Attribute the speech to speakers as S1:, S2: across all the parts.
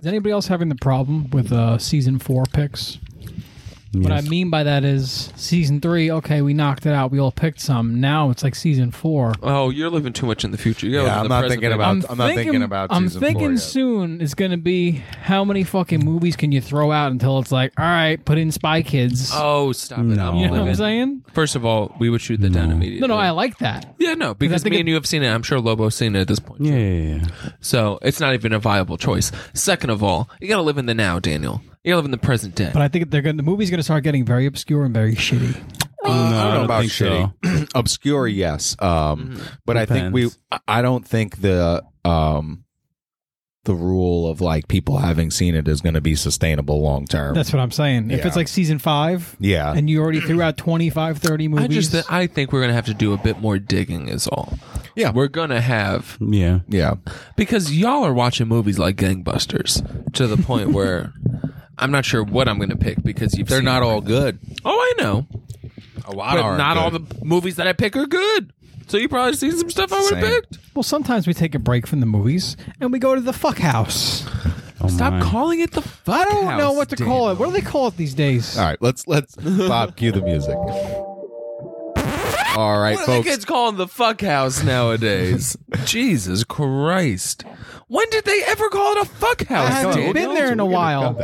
S1: Is anybody else having the problem with uh, season four picks? What I
S2: Yes.
S1: mean by that is season three. Okay, we knocked it out. We all picked some. Now it's like season four.
S3: Oh, you're living too much in the future. You gotta live
S4: Yeah,
S3: in
S4: I'm
S3: the
S4: not
S3: present,
S4: thinking
S3: baby.
S4: about- I'm not thinking about
S1: I'm
S4: season four
S1: thinking
S4: yet.
S1: soon it's going to be how many fucking movies can you throw out until it's like, all right, put in Spy Kids.
S3: Oh, stop it!
S2: No.
S3: I'm
S1: you know what
S3: living.
S1: I'm saying?
S3: First of all, we would shoot the down immediately.
S1: No, no, I like that.
S3: Yeah, no, because
S1: think
S3: me
S1: it-
S3: and you have seen it. I'm sure Lobo's seen it at this point.
S2: Yeah, yeah, yeah.
S3: So it's not even a viable choice. Second of all, you gotta live in the now, Daniel. You gotta live in the present day.
S1: But I think they're going. The movie's going to start getting very obscure and very shitty.
S2: no,
S4: Uh, I don't know about
S2: think so. Mm-hmm.
S4: shitty. Obscure, yes. Um, but I think we.
S2: Depends.
S4: I- I don't think the um, the rule of like people having seen it is going to be sustainable long term.
S1: That's what I'm saying. If
S4: Yeah.
S1: it's like season five,
S4: yeah.
S1: and you already threw out 25, 30 movies,
S3: I just th- I think we're gonna have to do a bit more digging is all.
S4: Yeah.
S3: We're gonna have
S2: Yeah.
S4: yeah.
S3: because y'all are watching movies like Gangbusters to the point where I'm not sure what I'm gonna pick because you've
S4: They're
S3: seen
S4: not all
S3: everything.
S4: good.
S3: Oh, I know.
S4: A lot
S3: But
S4: are
S3: not
S4: good.
S3: all the movies that I pick are good. So you probably seen some stuff I would have
S4: Same.
S3: picked.
S1: well, sometimes we take a break from the movies and we go to the fuck house.
S2: Oh,
S3: Stop
S2: my.
S3: calling it the fuck
S1: I don't know what to call it. What do they call it these days?
S4: All right, let's let's Bob cue the music. All right,
S3: What are the
S4: folks.
S3: kids calling the fuck house nowadays? Jesus Christ. When did they ever call it a fuck
S1: I
S3: house,
S1: haven't
S3: dude?
S1: been there in a while.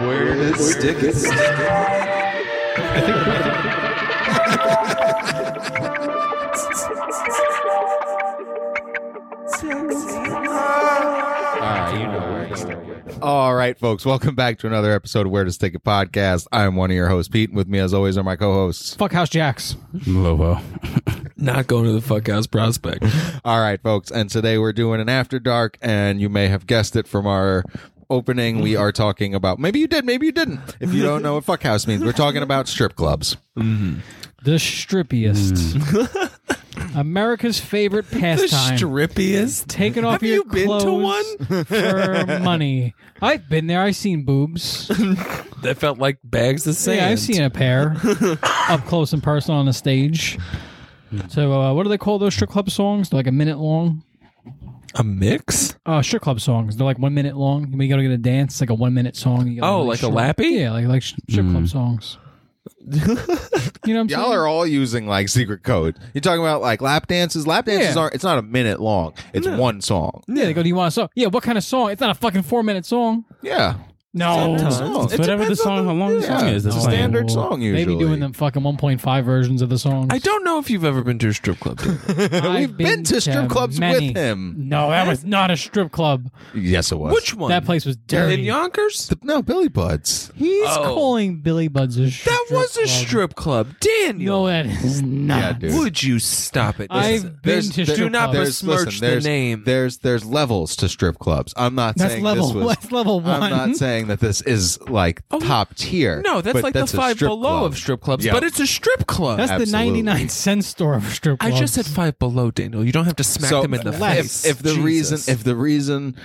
S5: Where does stick it?
S4: All right, folks. Welcome back to another episode of Where to Stick It podcast. I am one of your hosts, Pete, and with me, as always, are my co-hosts.
S1: Fuck house jacks.
S2: Lobo.
S3: Not going to the fuck house prospect.
S4: All right, folks, and today we're doing an after dark, and you may have guessed it from our opening. We are talking about maybe you did, maybe you didn't. If you don't know what fuck house means, we're talking about strip clubs.
S1: The strippiest.
S3: Hmm.
S1: America's favorite pastime.
S3: Strippiest.
S1: Taking off
S3: Have
S1: your
S3: you been to
S1: clothes
S3: one?
S1: for money. I've been there. I've seen boobs.
S3: That felt like bags of sand.
S1: Yeah, I've seen a pair up close and personal on the stage. So, uh, what do they call those strip club songs? They're like a minute long.
S3: a mix.
S1: Uh, strip club songs. They're like one minute long. When you go to get a dance, it's like a one minute song. You gotta
S3: Oh,
S1: really
S3: like a
S1: short-
S3: lappy?
S1: Yeah, like like sh- strip club songs. you know what I'm
S4: Mm. Y'all
S1: saying?
S4: are all using like secret code. You're talking about like lap dances. Lap dances
S1: Yeah.
S4: aren't. It's not a minute long. It's one song.
S1: yeah, they go. Do you want a song? Yeah, what kind of song? It's not a fucking four minute song.
S4: Yeah.
S1: No,
S2: It's whatever the song, how long the
S4: yeah,
S2: song is.
S4: it's
S2: That's
S4: a
S2: playing.
S4: standard song
S1: Maybe
S4: usually.
S1: doing them fucking 1.5 versions of the songs.
S3: I don't know if you've ever been to a strip club. dude.
S1: I've
S4: We've been, to strip clubs
S1: many.
S4: with him.
S1: No, that was not a strip club.
S4: Yes, it was.
S3: Which one?
S1: That place was
S3: in
S1: dirty.
S3: Yonkers.
S4: The- no, Billy Buds.
S1: He's
S3: Oh.
S1: calling Billy Buds a strip
S3: That was a
S1: club.
S3: strip club, Daniel.
S1: No, that is
S4: Yeah,
S1: not.
S4: dude.
S3: Would you stop it?
S1: I've
S3: Listen,
S1: been
S4: There's-
S1: to
S4: there-
S1: strip
S3: do not
S1: clubs.
S4: There's
S3: besmirch
S4: listen,
S3: the
S4: there's,
S3: name.
S4: There's there's levels to strip clubs. I'm not
S1: That's
S4: saying
S1: level-
S4: this was.
S1: that's level one.
S4: I'm not saying that this is like top tier.
S3: Oh, no, that's
S4: but
S3: like
S4: that's
S3: the
S4: a
S3: five
S4: strip
S3: below
S4: club.
S3: of strip clubs,
S4: Yeah.
S3: but it's a strip club.
S1: That's the
S4: Absolutely.
S1: 99 cent store of strip
S3: I
S1: clubs.
S3: just said five below, Daniel. You don't have to smack them in the
S4: if-
S3: face.
S4: If, the reason, if the reason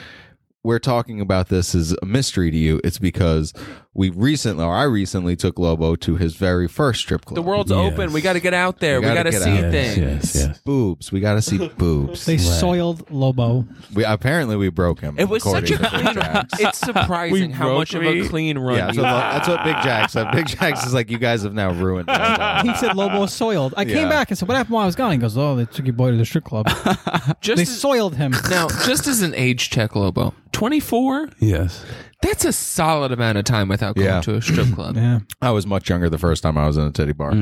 S4: we're talking about this is a mystery to you, it's because we recently, or I recently, took Lobo to his very first strip club.
S3: the world's
S2: Yes.
S3: open, we got to get out there. We
S4: gotta
S3: got to
S4: get
S3: see
S4: out.
S3: things.
S2: Yes, yes, yes.
S4: boobs. We got to see boobs.
S1: They soiled Lobo.
S4: we apparently we broke him.
S3: It was such a
S4: according to
S3: clean.
S4: Big Jack.
S3: it's surprising how
S2: broke
S3: much of a
S2: me.
S3: clean run.
S4: Yeah,
S3: you
S4: so that's what Big Jack said. Big Jack is like, you guys have now ruined.
S1: He
S4: My
S1: said Lobo soiled. I
S4: Yeah.
S1: came back and said, "What happened while I was gone?" He goes, "Oh, they took your boy to the strip club.
S3: just
S1: they
S3: as-
S1: soiled him."
S3: now, just as an age check, Lobo, twenty four.
S2: Yes.
S3: That's a solid amount of time without going
S4: Yeah.
S3: to a strip club.
S1: Yeah,
S4: I was much younger the first time I was in a titty bar.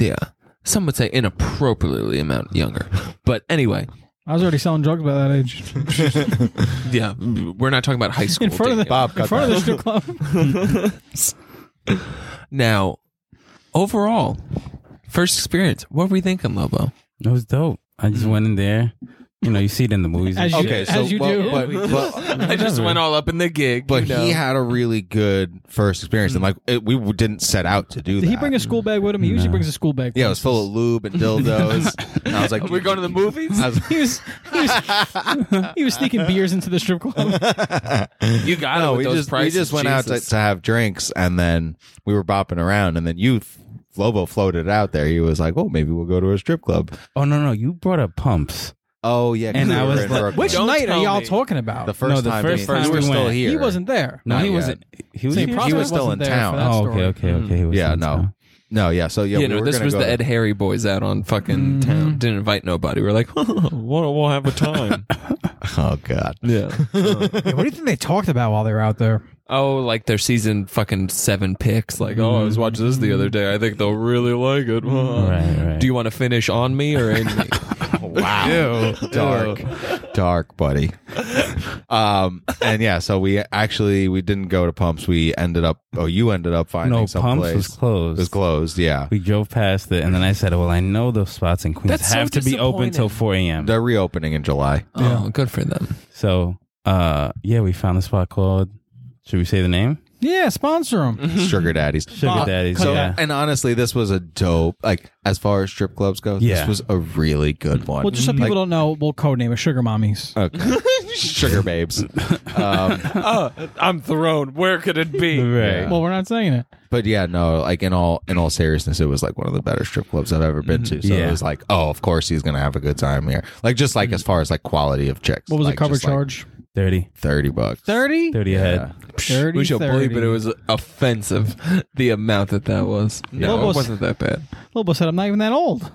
S3: yeah, some would say inappropriately amount younger, but anyway,
S1: I was already selling drugs by that age.
S3: yeah, we're not talking about high school.
S1: In front of the
S3: Daniel.
S1: in front of the strip club.
S3: now, overall, first experience. What were we thinking, Lobo?
S2: It was dope. I just went in there. You know, Mm. you see it in the movies.
S1: As you-
S4: Okay, so
S1: As you
S4: but-
S1: do.
S4: but, but,
S3: I just went all up in the gig,
S4: but
S3: you know.
S4: he had a really good first experience, and like it, we didn't set out to do that.
S1: Did he bring a school bag with him? He usually brings a school bag.
S4: Yeah, it was full of lube and dildos. and I was like,
S3: we're going to the movies.
S4: I was like,
S1: He was, he was he was sneaking beers into the strip club.
S3: You got
S4: no,
S3: it.
S4: we
S3: With those
S4: just we
S3: prices,
S4: just went out to,
S3: Jesus.
S4: to have drinks, and then we were bopping around, and then you th- Lobo floated it out there. He was like, "Oh, maybe we'll go to a strip club."
S2: Oh no, no, you brought up pumps.
S4: Oh yeah, 'cause
S2: And
S4: we
S2: I
S4: were
S2: was
S4: in
S2: like,
S4: Brooklyn.
S1: Which
S3: Don't
S1: night
S3: tell
S1: are y'all
S3: me.
S1: talking about?
S4: the first
S2: No, the
S4: time
S2: first
S4: we-
S2: time
S4: we
S2: we
S4: were still
S2: went.
S4: here.
S1: he wasn't there.
S2: No,
S4: Not
S2: he
S4: yet.
S2: wasn't. He was.
S1: See,
S2: here?
S1: Prosser
S4: was still
S1: wasn't
S4: in
S1: there
S4: town.
S1: for that
S2: oh,
S1: story.
S2: okay, okay, okay. He was
S4: Mm. Yeah,
S2: in
S4: no.
S2: town.
S4: No, yeah. So yeah,
S3: you
S4: we
S3: know,
S4: were
S3: this
S4: gonna
S3: was
S4: go Mm-hmm.
S3: the
S4: there.
S3: Ed Harry boys out on fucking town. Didn't invite nobody. We're like, oh, we'll, we'll have a time.
S4: Oh god.
S3: yeah.
S1: Yeah, what do you think they talked about while they were out there?
S3: Oh, like their season fucking seven picks. Like, oh, I
S4: Mm-hmm.
S3: was watching this the other day. I think they'll really like it.
S4: Mm-hmm.
S2: Right, right.
S3: Do you want to finish on me or in me?
S4: Wow. dark. Dark, buddy. Um and yeah, so we actually we didn't go to Pumps. We ended up oh you ended up finding
S2: No,
S4: someplace.
S2: pumps was
S4: It
S2: closed.
S4: was closed, yeah.
S2: We drove past it, and then I said, "Well, I know those spots in Queens
S3: That's so
S2: have to be open till
S3: disappointing.
S2: four a.m."
S4: They're reopening in July.
S3: Oh, good for them.
S2: So, uh, yeah, we found a spot called. Should we say the name?
S1: Yeah, sponsor them.
S4: Sugar daddies.
S2: Sugar
S1: Uh,
S2: Daddies.
S1: cut
S4: So
S2: yeah.
S4: and honestly, this was a dope like as far as strip clubs go,
S2: Yeah.
S4: this was a really good one.
S1: Well, just so people don't know, we'll codename it Sugar Mommies.
S4: Okay. Sugar babes. Um,
S3: I'm thrown. Where could it be?
S2: Right.
S1: well, we're not saying it.
S4: but yeah, no, like in all in all seriousness, it was like one of the better strip clubs I've ever been to. So
S2: Yeah.
S4: it was like, oh, of course he's gonna have a good time here. Like just like as far as like quality of chicks.
S1: What was
S4: like,
S1: the cover
S4: just, like,
S1: charge?
S2: Thirty.
S4: Thirty bucks.
S1: 30?
S2: 30 ahead.
S1: Dirty
S3: we shall
S1: 30.
S3: believe it. It was offensive, the amount that that was. No,
S1: Lobos-
S3: it wasn't that bad.
S1: Lobo said, I'm not even that old.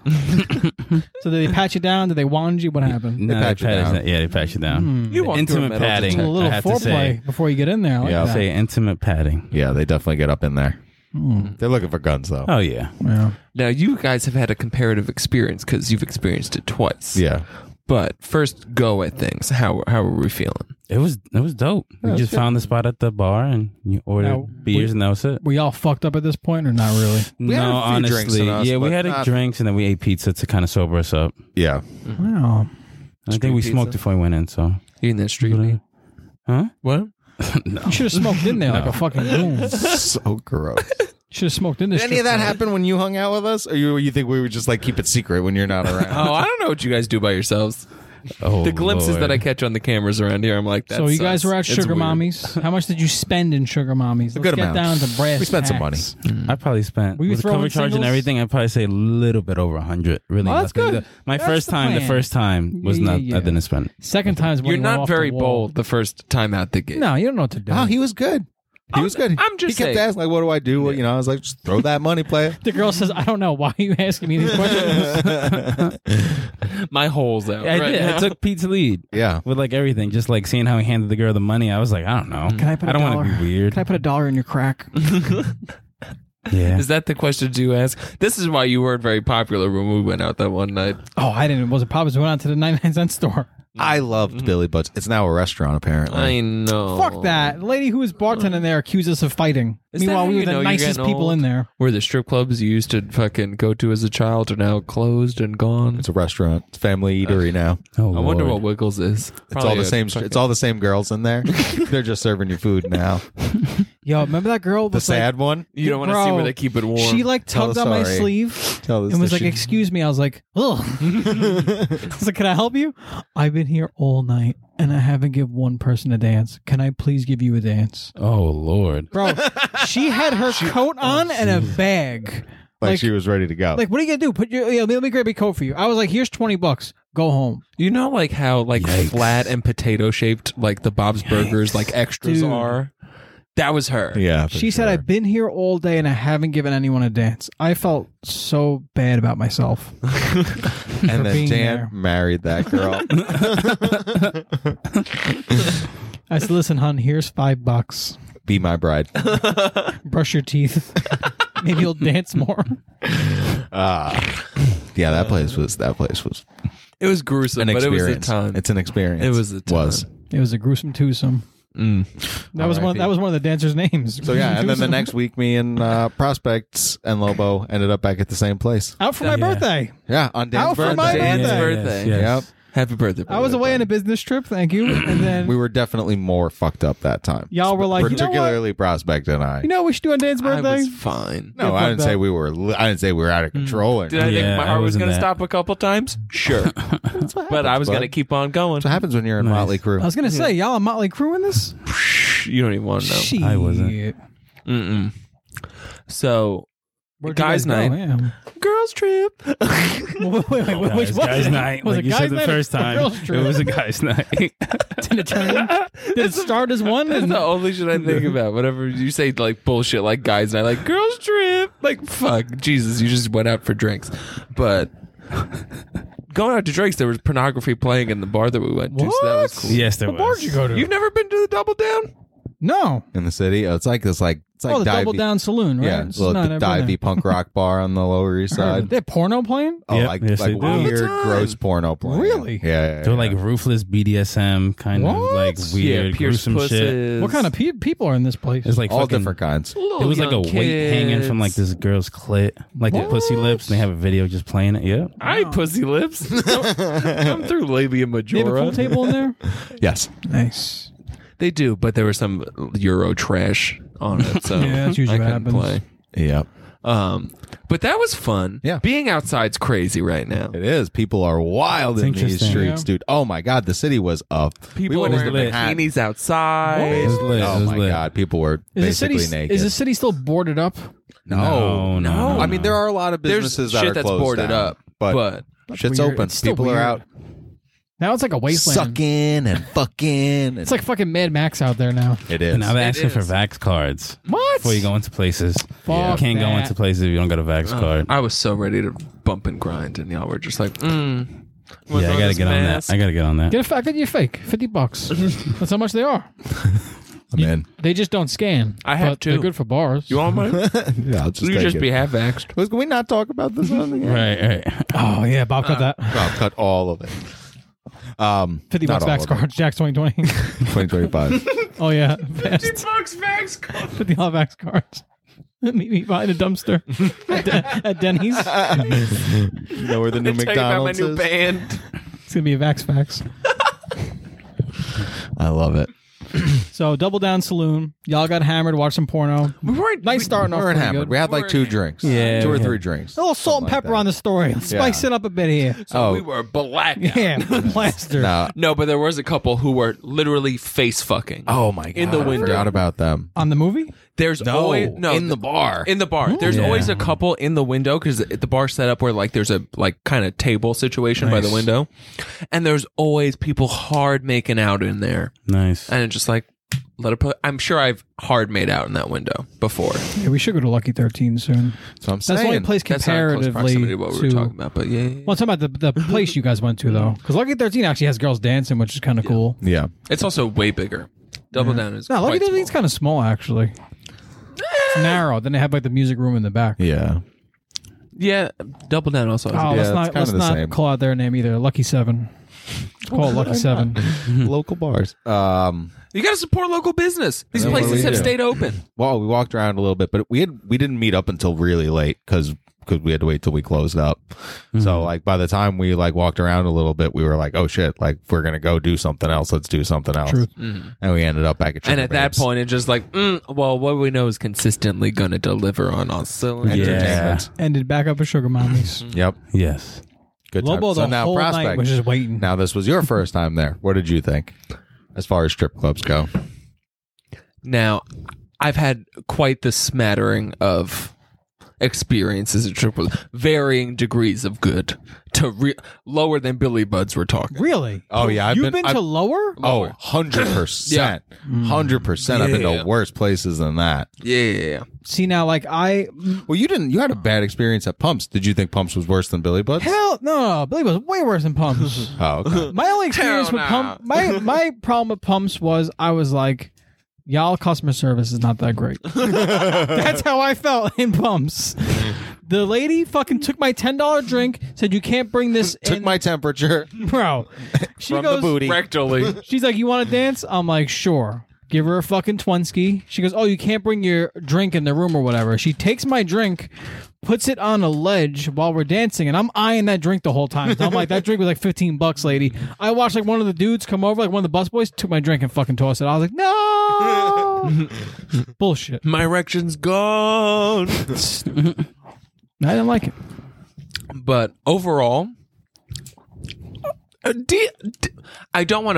S1: so did they pat you down? Did they wand you? What happened?
S2: No,
S4: pat you
S2: pat us
S4: down.
S2: Yeah, they pat you down.
S3: You
S2: The
S3: walked through a
S2: Hmm. intimate
S3: metal
S2: padding.
S1: A little
S2: I have to say,
S1: foreplay before you get in there. I like
S4: Yeah.
S1: that.
S2: say intimate padding.
S4: Yeah, they definitely get up in there. They're looking for guns though.
S2: Oh yeah.
S1: Yeah.
S3: Now, you guys have had a comparative experience because you've experienced it twice.
S4: Yeah.
S3: But first go at things. How, how are we feeling?
S2: It was it was dope. we just found the spot at the bar and you ordered
S1: Now,
S2: beers and that was it.
S1: We all fucked up at this point or not really?
S4: we had
S2: no,
S4: a few drinks
S2: honestly,
S4: in us,
S2: yeah, we
S4: but
S2: had a
S4: not-
S2: drinks and then we ate pizza to kind of sober us up.
S4: Yeah.
S1: Wow.
S2: I think we
S3: Street
S2: smoked
S3: pizza?
S2: before we went in. So
S3: You in that street? meat?
S2: Huh?
S3: What?
S1: You should have smoked in there like a fucking goon.
S4: so gross.
S1: Should have smoked in this.
S4: Did any of that
S1: strip
S4: happen when you hung out with us? Or you you think we would just like keep it secret when you're not around?
S3: Oh, I don't know what you guys do by yourselves.
S2: oh,
S3: the glimpses
S2: Lord.
S3: that I catch on the cameras around here, I'm like, that
S1: club. So you
S3: sucks.
S1: guys were at
S3: It's
S1: Sugar
S3: weird.
S1: Mommies. How much did you spend in Sugar Mommies?
S4: a good
S1: Let's get
S4: amount.
S1: down to brass.
S4: we spent some money.
S1: tacks.
S2: I probably spent
S1: Mm. Were you
S2: with the
S1: throwing
S2: cover charge and
S1: singles?
S2: everything. I'd probably say a little bit over a hundred. Really,
S1: Oh, that's
S2: nothing.
S1: good.
S2: The- my
S1: That's
S2: first
S1: the
S2: time, the
S1: plan.
S2: first time was
S1: Yeah,
S2: not.
S1: yeah.
S2: I didn't spend.
S1: Second time's when
S3: You're
S1: you went
S3: not
S1: off the
S3: very
S1: wall.
S3: bold the first time out the gate.
S1: No, you don't know what to do.
S4: No, Ah, he was good. He was good.
S3: I'm just
S4: He kept
S3: saying.
S4: asking like, "What do I do?" You know, I was like, "Just throw that money, player."
S1: the girl says, "I don't know why are you asking me these questions."
S3: My hole's out.
S2: I
S3: right
S2: did.
S3: now.
S2: I took Pete's lead
S4: Yeah.
S2: with like everything. Just like seeing how he handed the girl the money. I was like, I don't know.
S1: Can I put a
S2: I don't want to
S1: dollar?
S2: be weird.
S1: Can I put a dollar in your crack?
S2: yeah.
S3: Is that the question you ask? This is why you weren't very popular when we went out that one night.
S1: oh, I didn't. It wasn't problems. We went out to the ninety-nine cent store.
S4: I loved
S1: Mm-hmm.
S4: Billy Butts. It's now a restaurant, apparently.
S1: Uh,
S3: I know.
S1: Fuck that. The lady who was bartending there accused us of fighting.
S3: Oh. Is that
S1: Meanwhile,
S3: how
S1: we
S3: you
S1: were
S3: know
S1: the
S3: you're
S1: nicest
S3: getting
S1: people
S3: old?
S1: in there.
S3: Where the strip clubs you used to fucking go to as a child are now closed and gone.
S4: It's a restaurant. It's a family
S1: Uh,
S4: eatery now.
S2: Oh,
S3: I wonder what
S2: Lord.
S3: Wiggles is.
S4: It's all the same. It's all the same girls in there. They're just serving you food now.
S1: Yo, remember that girl?
S4: The
S1: was like,
S4: sad one.
S3: You don't want to see
S1: Bro,
S3: where they keep it warm.
S1: She like
S4: Tell
S1: tugged
S4: the
S1: on my
S4: story.
S1: sleeve
S4: Tell this
S1: and was
S4: to
S1: like,
S4: she-
S1: "Excuse me." I was like, "Ugh." I was like, "Can I help you?" I've been here all night and I haven't give one person a dance. Can I please give you a dance,
S2: Oh Lord.
S1: bro? she had her coat on and a bag.
S4: like,
S1: like-
S4: she was ready to go.
S1: Like, what are you gonna do? Put your yeah, let me grab your coat for you. I was like, "Here's twenty bucks. Go home."
S3: You know, like how like
S2: Yikes.
S3: flat and potato shaped, like the Bob's Burgers, like extras
S1: Dude.
S3: are. That was her.
S4: yeah. for
S1: She said,
S4: sure.
S1: "I've been here all day and I haven't given anyone a dance." I felt so bad about myself.
S4: And then
S1: being
S4: Dan
S1: there.
S4: married that girl.
S1: I said, "Listen, hun, here's five bucks.
S4: Be my bride.
S1: Brush your teeth. Maybe you'll dance more."
S4: Yeah, that place was that place was
S3: It was gruesome,
S4: an
S3: but
S4: experience.
S3: it was a time.
S4: It's an experience.
S3: It was a time.
S4: Was.
S1: It was a gruesome twosome. That was one.
S4: R.I.P.
S1: That was one of the dancers' names.
S4: So yeah, and then the next week, me and uh, prospects and Lobo ended up back at the same place.
S1: out for my birthday.
S4: Yeah, on Dan's
S1: Out for
S4: birthday.
S1: my
S3: Dan's
S1: birthday.
S3: birthday.
S4: Yep.
S3: Happy birthday.
S1: I was
S3: brother.
S1: away on a business trip. Thank you. And then
S4: We were definitely more fucked up that time.
S1: y'all were like, you know what?
S4: particularly prospect and I.
S1: You know what we should do on Dan's
S3: I
S1: birthday.
S3: was fine.
S4: no, I didn't say we were. li- I didn't say we were
S2: Mm.
S4: out of control. Or
S3: Did I
S4: anything.
S2: Yeah,
S3: think my
S2: I
S3: heart was
S2: wasn't
S3: going to
S2: that.
S3: stop a couple times? Sure. Oh, but I was
S4: bud.
S3: going to keep on going.
S4: That's what happens when you're in
S2: Nice.
S4: Motley Crue.
S1: I was gonna
S4: Mm-hmm.
S1: say y'all are Motley Crue in this.
S4: Oh,
S3: You don't even want to know.
S1: Shit.
S2: I wasn't.
S3: Mm-mm. So
S1: Where'd you
S3: Guys'
S1: guys go?
S3: night.
S1: Yeah.
S3: Girls trip.
S1: Wait, wait, wait, which was
S2: Guys, guys
S1: it?
S2: night.
S1: Was
S2: like
S1: it
S2: you
S1: guys
S2: said the
S1: night or
S2: first
S1: a
S2: time.
S1: girls'
S2: It
S1: trip?
S2: was a guys night.
S1: Did it turn? Did it start as one?
S3: That's
S1: And-
S3: the only shit I think about. Whenever you say like bullshit, like guys, and I like girls trip, like fuck, Jesus, you just went out for drinks. But going out to drinks, there was pornography playing in the bar that we went to, so that was cool.
S2: yes, there
S1: what bar
S2: was.
S1: did you go to?
S3: You've never been to the Double Down?
S1: no.
S4: in the city. Oh, it's like this, like it's like
S1: oh, the Double
S4: divey-
S1: Down Saloon, right?
S4: Yeah,
S1: It's
S4: little
S1: not
S4: d-
S1: everywhere.
S4: divey punk rock bar on the Lower East Side.
S1: They have porno playing?
S4: Oh,
S2: Yep,
S4: like,
S2: yes,
S4: like
S2: they do. All the
S4: weird,
S3: time.
S4: gross porno. Playing.
S1: Really?
S4: Yeah, yeah, yeah.
S2: They're like ruthless BDSM kind of
S1: What?
S2: like weird gruesome shit.
S1: What kind of pe- people are in this place?
S2: It's like
S4: all
S2: fucking,
S4: different kinds.
S2: It was like a weight hanging from like this girl's clit, like the pussy
S1: What?
S2: lips. And they have a video just playing it. Yeah,
S3: I pussy lips. Come through labia
S1: they have a pool
S3: majora.
S1: table in there?
S4: Yes,
S1: nice.
S3: They do, but there was some Euro trash on it, so
S1: Yeah, that's usually
S3: I
S1: what
S3: couldn't
S1: happens.
S3: play.
S4: yep,
S3: Um, but that was fun.
S4: Yeah.
S3: being outside's crazy right now.
S4: it is. People are wild
S2: It's
S4: in these
S2: interesting.
S4: streets,
S1: Yeah.
S4: dude. Oh my god, the city was up.
S3: People
S4: we went
S3: were
S4: into
S2: lit.
S4: Manhattan.
S3: bikinis outside.
S2: it was lit.
S4: Oh
S2: it was
S4: my
S2: lit.
S4: god, people were
S1: Is the,
S4: basically
S1: city,
S4: naked.
S1: is the city still boarded up?
S2: No, no, no,
S1: Oh.
S4: I mean,
S2: no.
S4: there are a lot of
S3: There's
S4: businesses that
S3: shit
S4: are
S3: that's
S4: closed
S3: boarded
S4: down,
S3: up,
S4: but,
S3: but
S4: shit's
S1: weird.
S4: open.
S1: It's still
S4: People
S1: weird.
S4: are out
S1: Now it's like a wasteland.
S4: sucking and fucking. And
S1: It's like fucking Mad Max out there now.
S2: And
S4: it is.
S2: now they're asking for
S3: is.
S2: vax cards
S1: What?
S2: before you go into places.
S1: Fuck
S2: you can't go
S1: that.
S2: into places if you don't got a vax card.
S3: I was so ready to bump and grind, and y'all were just like, mm, wanna
S2: yeah,
S3: throw
S2: I gotta
S3: this
S2: get on that.
S3: mask?
S2: I gotta get on that.
S1: Get a fact that you're fake. 50 bucks. That's how much they are.
S4: I'm in.
S1: They just don't scan.
S3: I have
S1: but They're
S3: two.
S1: good for bars.
S3: you want mine?
S4: Yeah, I'll just
S3: you
S4: take
S3: just
S4: it.
S3: be half vaxxed.
S4: Was- Can we not talk about this on the
S2: Right, right.
S1: oh, yeah. Bob got that.
S4: I'll cut all of it. Um,
S1: 50
S4: not
S1: bucks
S4: all
S1: back
S4: of it.
S1: cards. Jack's 2020.
S4: 2025.
S1: oh, yeah. 50
S3: bucks vax card.
S1: dollar back cards. Meet me behind a dumpster at, Den- at Denny's. It's
S4: you know where the new
S3: Tell you about my
S4: McDonald's
S3: new
S4: is?
S3: band.
S1: going to be a Vax Fax.
S4: I love it.
S1: So, Double Down Saloon. Y'all got hammered, watched some porno.
S3: We weren't
S1: Nice starting off.
S4: We're in
S1: pretty
S4: hammered.
S1: good.
S4: We had like two drinks.
S2: Yeah,
S4: Two or
S2: we had-
S4: three drinks.
S1: A little salt and pepper on the story. Let's
S4: Yeah.
S1: Spice it up a bit here.
S4: Oh,
S3: We were black.
S1: Yeah, plaster.
S4: no.
S3: No, but there was a couple who were literally face fucking.
S4: Oh my god.
S3: In the
S4: I
S3: window.
S4: forgot about them.
S1: On the movie?
S3: There's
S4: No,
S3: always no
S4: in the bar.
S3: In the bar, there's
S2: Yeah.
S3: always a couple in the window because the bar set up where like there's a like kind of table situation by the
S2: Nice.
S3: window, and there's always people hard making out in there,
S2: Nice.
S3: and it's just like let it put. I'm sure I've hard made out in that window before.
S1: Yeah, we should go to Lucky 13 soon.
S4: So I'm saying.
S1: That's the only place
S3: That's not in close
S1: comparatively
S3: proximity to what we were
S1: to-
S3: talking about, Mm-hmm. but yeah, yeah, yeah.
S1: Well, I'm talking about the, the place you guys went to, though. Because Lucky 13 actually has girls dancing, which is kind of cool.
S4: yeah.
S3: it's also way bigger. Double down is
S1: No, Lucky 13's
S3: quite small. Eh.
S1: kind of small, actually. It's narrow. Then they have like the music room in the back.
S4: Yeah.
S3: yeah. Double down also. Has
S1: Oh,
S3: a
S1: let's
S4: it's
S1: not,
S4: kinda
S1: let's
S4: the
S1: not
S4: same.
S1: call out their name either. Lucky 7. Let's call it Lucky 7.
S4: Local bars. Um.
S3: you got to support local business. These
S4: That's what
S3: places
S4: we
S3: have
S4: do.
S3: stayed open.
S4: Well, we walked around a little bit, but we had we didn't meet up until really late because we had to wait till we closed up.
S1: Mm-hmm.
S4: So like by the time we like walked around a little bit, we were like, oh shit, like we're gonna go do something else. Let's do something else.
S1: Truth.
S4: And we ended up back at
S3: Mm-hmm. And
S4: Trigger
S3: at that
S4: Babes.
S3: point, it's just like, mm, well, what we know is consistently going to deliver on all cylinders.
S2: Yeah.
S4: entertainment.
S1: Ended back up at Sugar Mommy's.
S4: Mm-hmm. Yep.
S2: Yes.
S4: Good time.
S1: Lobo
S4: so
S1: the
S4: now
S1: whole
S4: prospect.
S1: night was just waiting.
S4: now this was your first time there. What did you think? As far as strip clubs go.
S3: Now, I've had quite the smattering of experiences at Triple, varying degrees of good to re- lower than Billy Buds we're talking.
S1: Really?
S4: Oh, yeah, I've
S1: You've
S4: been-
S1: been,
S4: I've-
S1: to lower?
S4: Oh, 100%.
S1: Mm-hmm.
S4: 100%. I've been
S3: Yeah.
S4: to worse places than that.
S3: Yeah, yeah, yeah.
S1: See now, like I
S4: Well, you didn't. You had a bad experience at Pumps. Did you think Pumps was worse than Billy Butts?
S1: hell no, Billy was way worse than Pumps.
S4: Oh, okay.
S1: My only experience
S3: Hell
S1: with
S3: nah.
S1: pump my my problem with pumps was I was like, y'all customer service is not that great. That's how I felt in pumps. The lady fucking took my ten dollar drink, said you can't bring this
S4: Took
S1: in,
S4: my temperature
S1: bro. She
S4: from
S1: goes,
S4: the booty.
S3: Rectally.
S1: she's like, you want to dance? I'm like, sure. Give her a fucking twenski. She goes, oh, you can't bring your drink in the room or whatever. She takes my drink, puts it on a ledge while we're dancing, and I'm eyeing that drink the whole time. So I'm like, that drink was like 15 bucks, lady. I watched like one of the dudes come over, like one of the busboys, took my drink and fucking tossed it. I was like, no, bullshit.
S3: My erection's gone.
S1: I didn't like it.
S3: but overall, uh, de- de- I don't want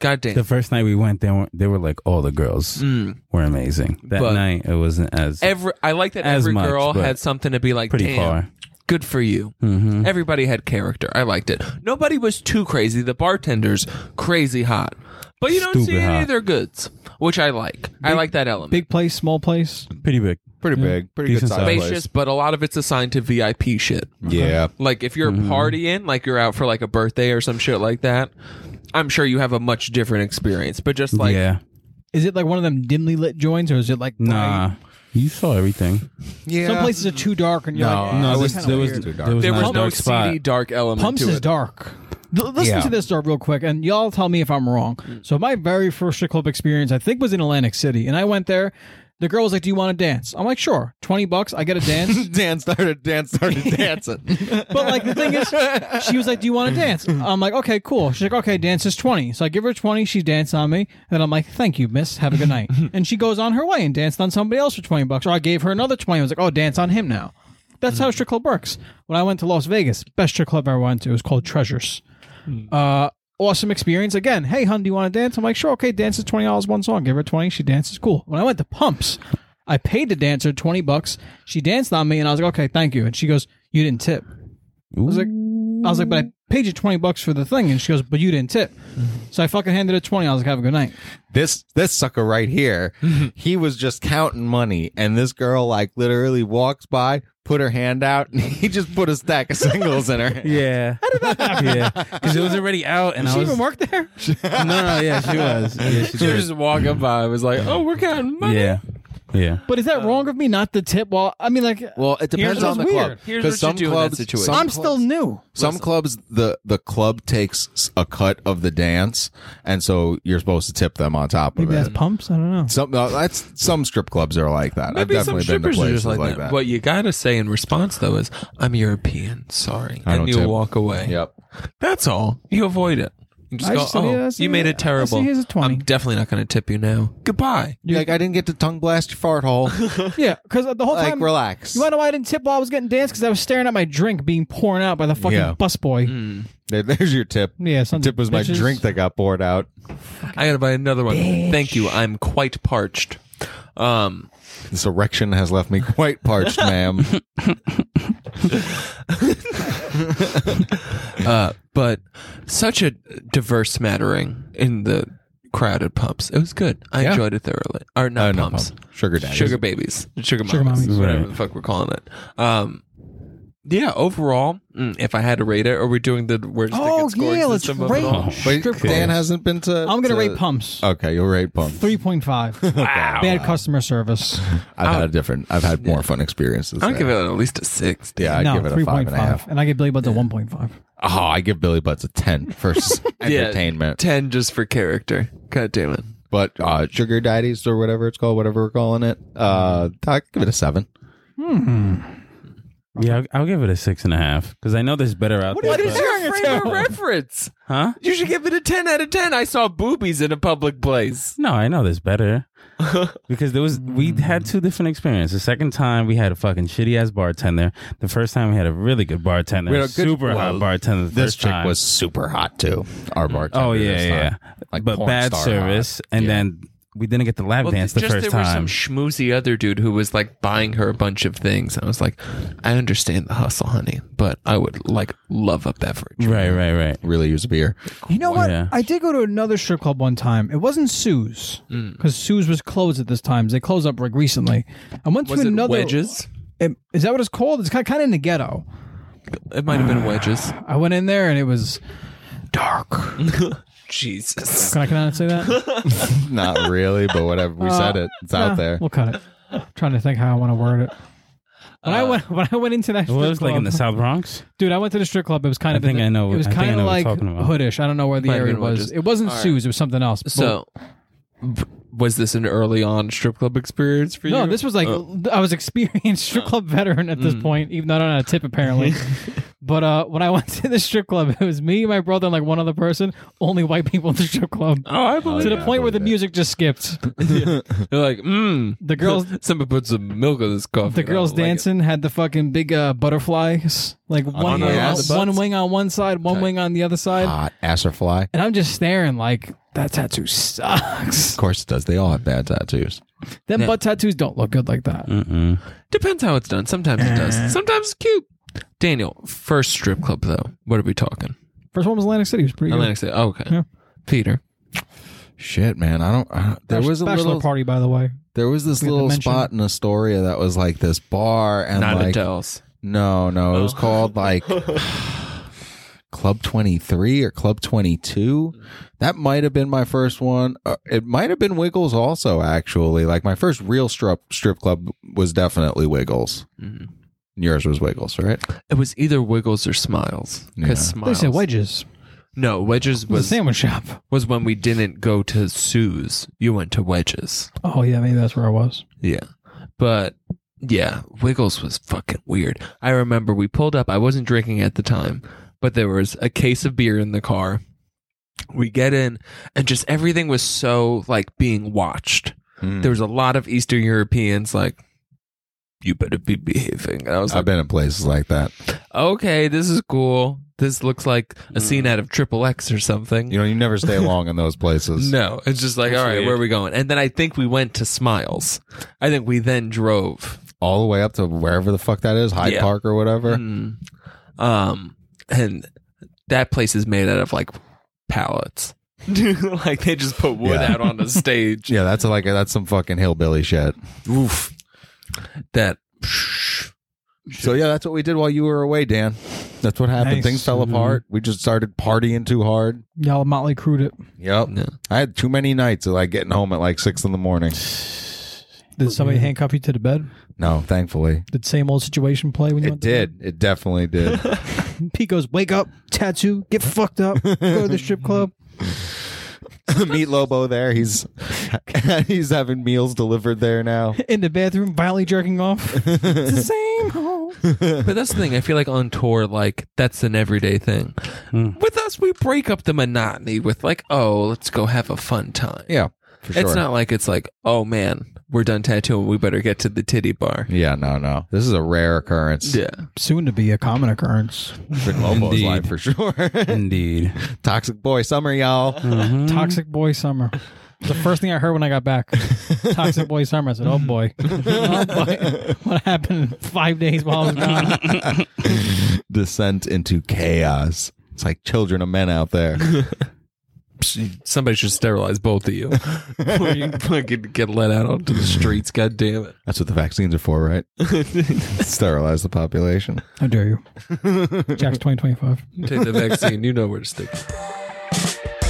S3: Goddamn.
S2: The first night we went, they were they were like all the girls
S3: Mm.
S2: were amazing. That
S3: But-
S2: night it wasn't as
S3: Every I like that
S2: As
S3: every
S2: much,
S3: girl
S2: but
S3: had something to be like.
S2: pretty
S3: Damn,
S2: far.
S3: good for you.
S2: Mm-hmm.
S3: Everybody had character. I liked it. Nobody was too crazy. The bartenders crazy hot, but you don't see
S2: Stupid
S3: any of
S2: hot.
S3: their goods, which I like. I like that element.
S1: Big place, small place.
S2: Pretty big.
S4: Pretty
S2: Yeah.
S4: big, pretty good
S2: Decent
S4: size.
S2: size.
S3: spacious, but a lot of it's assigned to VIP shit.
S4: Yeah.
S3: Like if you're
S2: Mm-hmm.
S3: partying, like you're out for like a birthday or some shit like that, I'm sure you have a much different experience. But just like
S2: yeah.
S1: Is it like one of them dimly lit joints, or is it like
S2: Nah. You saw everything.
S4: Yeah.
S1: Some places are too dark, and you're
S4: No,
S1: like, eh,
S4: no,
S1: this is
S4: there was-
S1: kinda
S4: there was-
S1: weird.
S4: Too dark.
S2: There was
S3: there
S2: not
S3: was
S2: a
S3: no
S2: dark spot.
S3: seedy dark element
S1: Pumps
S3: to
S1: is
S3: it.
S1: dark. L- listen
S4: Yeah.
S1: to this story real quick, and y'all tell me if I'm wrong.
S3: Mm.
S1: So my very first strip club experience, I think, was in Atlantic City, and I went there. The girl was like, "Do you want to dance?" I'm like, "Sure." Twenty bucks, I get a dance.
S4: Dan started. Dan started dancing.
S1: but like the thing is, she was like, "Do you want to dance?" I'm like, "Okay, cool." She's like, "Okay, dance is 20." So I give her 20. She danced on me, and then I'm like, "Thank you, miss. Have a good night." and she goes on her way and danced on somebody else for 20 bucks. Or I gave her another 20. I was like, "Oh, dance on him now." That's how strip club works. When I went to Las Vegas, best strip club I ever went to, it was called Treasures. Uh, awesome experience. Again, hey, hun, do you want to dance? I'm like, sure, okay, dance is twenty dollars one song. Give her twenty. She dances cool. When I went to Pumps, I paid the dancer twenty bucks. She danced on me, and I was like, okay, thank you. And she goes, you didn't tip. I was like, I was like, but I paid you twenty bucks for the thing, and she goes, but you didn't tip. So I fucking handed her twenty. I was like, have a good night.
S4: this this sucker right here, he was just counting money, and this girl like literally walks by, put her hand out, and he just put a stack of singles in her. hand.
S2: Yeah. How did that happen? Yeah. Because it was already out and
S1: Does
S2: I
S1: she
S2: was
S1: even work there?
S2: No, no, yeah, she was. Yeah, she
S3: She was
S2: did.
S3: just walking by. I was like, oh, we're counting money.
S2: Yeah. Yeah.
S1: But is that wrong of me not to tip? Well, I mean, like,
S4: Well, it depends
S1: what's
S4: on the
S1: weird.
S4: club.
S3: Here's
S4: 'Cause
S3: what you do in that situation.
S4: some
S1: I'm
S4: clubs-
S1: still new.
S4: Some clubs, the the club takes s- a cut of the dance, and so you're supposed to tip them on top of
S1: Maybe that's
S4: it.
S1: Pumps. I don't know.
S4: Some no, that's some strip clubs are like that.
S3: Maybe
S4: I've
S3: some
S4: definitely been to
S3: strippers are
S4: places
S3: just like, that. What you gotta say in response though is, "I'm European, sorry,"
S4: I
S3: and
S4: don't
S3: you
S4: tip.
S3: walk away.
S4: Yep.
S3: That's all. You avoid it. You just
S1: I
S3: go,
S1: just said,
S3: "Oh,
S1: yeah, that's-
S3: you made
S1: yeah,
S3: it terrible."
S1: I see, here's a 20.
S3: I'm definitely not gonna tip you now. Goodbye.
S4: You're like I didn't get to tongue blast your fart hole.
S1: Yeah, because the whole
S4: like
S1: time
S4: relax.
S1: You want to know why I didn't tip while I was getting danced? Because I was staring at my drink being poured out by the fucking
S4: Yeah.
S1: busboy.
S4: Mm. There- there's your tip.
S1: Yeah, sons
S4: tip
S1: of
S4: was my
S1: bitches.
S4: drink that got poured out.
S3: I gotta buy another one. Thank you. I'm quite parched. Um,
S4: This erection has left me quite parched, ma'am.
S3: uh, but such a diverse smattering in the crowded pumps. It was good. I
S4: Yeah.
S3: enjoyed it thoroughly. Or
S4: Uh,
S3: not
S4: no,
S3: pumps.
S4: pump. Sugar daddy.
S3: Sugar babies, sugar,
S1: Sugar
S3: mamas,
S1: mommies.
S3: whatever
S2: Right.
S3: the fuck we're calling it. Um, yeah, overall, mm, if I had to rate it, are we doing the worst
S1: Oh,
S3: ticket scoring
S1: yeah, let's
S3: system of it
S1: rate
S3: all?
S4: Wait,
S1: strip clubs.
S4: Dan hasn't been to.
S1: I'm going to
S4: to
S1: rate Pumps.
S4: Okay, you'll rate pump.
S1: 3.5.
S4: Oh. Wow.
S1: Bad customer service.
S4: I've had a different. I've had more fun experiences.
S3: I'd
S4: there.
S3: give it at least a six. dude.
S4: Yeah, I'd
S1: no,
S4: give it a five and a half.
S1: 3.5. And I get Billy Buds a 1.5.
S4: Oh, I give Billy Butts a ten for s- entertainment.
S3: ten just for character. God damn it.
S4: But uh, Sugar Daddies or whatever it's called, whatever we're calling it, uh, I give it a seven.
S2: Yeah, I'll, I'll give it a six and a half because I know there's better out there.
S3: What is
S2: but-
S3: your frame of reference?
S2: huh?
S3: You should give it a ten out of ten. I saw boobies in a public place.
S2: No, I know there's better because there was we had two different experiences. The second time we had a fucking shitty ass bartender. The first time we had a really good bartender,
S4: We had a good-
S2: super
S4: well,
S2: hot bartender. The
S4: This
S2: first
S4: chick
S2: time.
S4: was super hot too. Our bartender.
S2: oh yeah,
S4: this time.
S2: yeah,
S4: Like
S2: but
S4: porn
S2: bad
S4: star
S2: service,
S4: hot.
S2: and
S4: Yeah.
S2: then we didn't get the lap dance the
S3: just
S2: first
S3: there was
S2: time.
S3: some schmoozy other dude who was like buying her a bunch of things. I was like, I understand the hustle, honey, but I would like love a beverage.
S2: right, right, right.
S4: Really use a beer.
S1: You know what?
S2: Oh, Yeah.
S1: I did go to another strip club one time. It wasn't Sue's
S3: Mm.
S1: because Sue's was closed at this time. They closed up like recently. I went
S3: Was
S1: to
S3: it
S1: another.
S3: wedges?
S1: It- Is that what it's called? It's kind of in the ghetto.
S3: It might have been wedges.
S1: I went in there and it was dark.
S3: Mm. Jesus.
S1: Can I, can I not say that?
S4: Not really, but whatever. We
S2: Uh,
S4: said it. It's out
S1: Nah,
S4: there.
S1: We'll cut it. I'm trying to think how I want to word it. When I
S3: Uh,
S1: went when I went into that strip
S2: Well, it was
S1: club,
S2: like in the South Bronx.
S1: dude, I went to the strip club. It was kind
S2: I
S1: of in
S2: think
S1: the-
S2: I know-
S1: It was
S2: I think I
S1: kind of
S2: know what
S1: like
S2: you're talking about.
S1: hoodish. I don't know where the
S3: Might have
S1: area
S3: been
S1: was.
S3: Wedges.
S1: It wasn't
S3: All right.
S1: Sue's. It was something else. But-
S3: So, v- was this an early on strip club experience for you?
S1: no, this was like I was experienced strip club veteran at this point, even though I don't know how to tip apparently. But uh, when I went to the strip club, it was me, my brother, and like one other person. Only white people in the strip club.
S3: Oh, I believe
S1: to the
S4: yeah, I
S1: point where the
S4: believe it.
S1: music just skipped.
S3: they're like, mmm.
S1: The girls,
S3: Somebody put some milk on this coffee.
S1: the
S3: and I
S1: girls
S3: don't Oh, like it."
S1: dancing had the fucking big uh, butterflies, like one
S4: the Ah.
S1: wing on,
S4: ass?
S1: one wing on one side, one wing on the other side,
S4: Hot ass or fly. Of
S1: and I'm just staring like that tattoo sucks.
S4: course it does. They all have bad tattoos.
S1: Them butt tattoos don't look good like that.
S2: Mm-mm.
S3: Depends how it's done. Sometimes it
S1: Uh.
S3: does. Sometimes it's cute. Daniel, first strip club though. What are we talking?
S1: First one was Atlantic City. It was pretty good.
S3: Atlantic City. Oh, okay.
S1: Yeah.
S3: Peter.
S4: Shit, man. I don't. I, there
S1: Bach-
S4: was a
S1: bachelor
S4: little.
S1: party, by the way.
S4: There was this
S1: we haven't
S4: little
S1: mentioned.
S4: spot in Astoria that was like this bar and
S3: Not
S4: like
S3: Adele's.
S4: no, no. It was called like Club Twenty Three or Club Twenty Two. That might have been my first one. Uh, it might have been Wiggles also. Actually, like my first real strip strip club was definitely Wiggles. Yours was Wiggles, right?
S3: Mm-hmm. It was either Wiggles or Smiles. Because
S4: Yeah.
S1: They
S3: Smiles.
S1: said wedges.
S3: No, Wedges
S1: It was a
S3: was
S1: sandwich shop.
S3: was when we didn't go to Sue's. You went to Wedges.
S1: Oh yeah, maybe that's where I was.
S3: Yeah. But yeah, Wiggles was fucking weird. I remember we pulled up. I wasn't drinking at the time, but there was a case of beer in the car. We get in, and just everything was so like being watched.
S4: Hmm.
S3: There was a lot of Eastern Europeans like, you better be behaving. And I was
S4: I've
S3: like,
S4: been in places like that.
S3: okay, this is cool. This looks like a scene out of Triple X or something.
S4: You know, you never stay long in those places.
S3: No, it's just like, all right,
S2: weird.
S3: where are we going? And then I think we went to Smiles. I think we then drove.
S4: All the way up to wherever the fuck that is, Hyde
S3: Yeah.
S4: Park or whatever.
S3: Mm. Um, and that place is made out of like pallets. like they just put wood
S4: Yeah.
S3: out on the stage.
S4: Yeah, that's like that's some fucking hillbilly shit.
S3: Oof. That.
S4: So yeah, that's what we did while you were away, Dan. That's what happened.
S1: Nice.
S4: Things fell apart. We just started partying too hard.
S1: Y'all motley crewed it.
S4: Yep.
S3: No.
S4: I had too many nights of like getting home at like six in the morning.
S1: Did somebody handcuff you to the bed?
S4: No, thankfully.
S1: Did same old situation play when you
S4: It
S1: went to
S4: did. It definitely did.
S1: bed? Pete goes, wake up, tattoo, get fucked up, go to the strip club.
S4: Meet Lobo there. He's he's having meals delivered there now.
S1: in the bathroom, violently jerking off. it's the same. hole.
S3: But that's the thing. I feel like on tour, like that's an everyday thing. With us, we break up the monotony with like, oh, let's go have a fun time.
S4: Yeah, for sure.
S3: It's not like it's like, oh man, we're done tattooing. We better get to the titty bar.
S4: yeah, no, no. This is a rare occurrence.
S3: Yeah.
S1: Soon to be a common occurrence.
S4: In Lobo's
S2: Indeed.
S4: life for sure.
S2: Indeed.
S4: Toxic boy summer, y'all.
S3: Uh-huh.
S2: Mhm.
S1: Mm-hmm. Toxic boy summer. The first thing I heard when I got back, toxic boy summer. I said, "Oh boy, oh boy. what happened in five days while I was gone?"
S4: Descent into chaos. It's like children of men out there.
S3: Somebody should sterilize both of you. Before you fucking get let out onto the streets. God damn it.
S4: That's what the vaccines are for, right? Sterilize the population.
S1: How dare you, Jack's twenty twenty five.
S3: Take the vaccine. You know where to stick. it.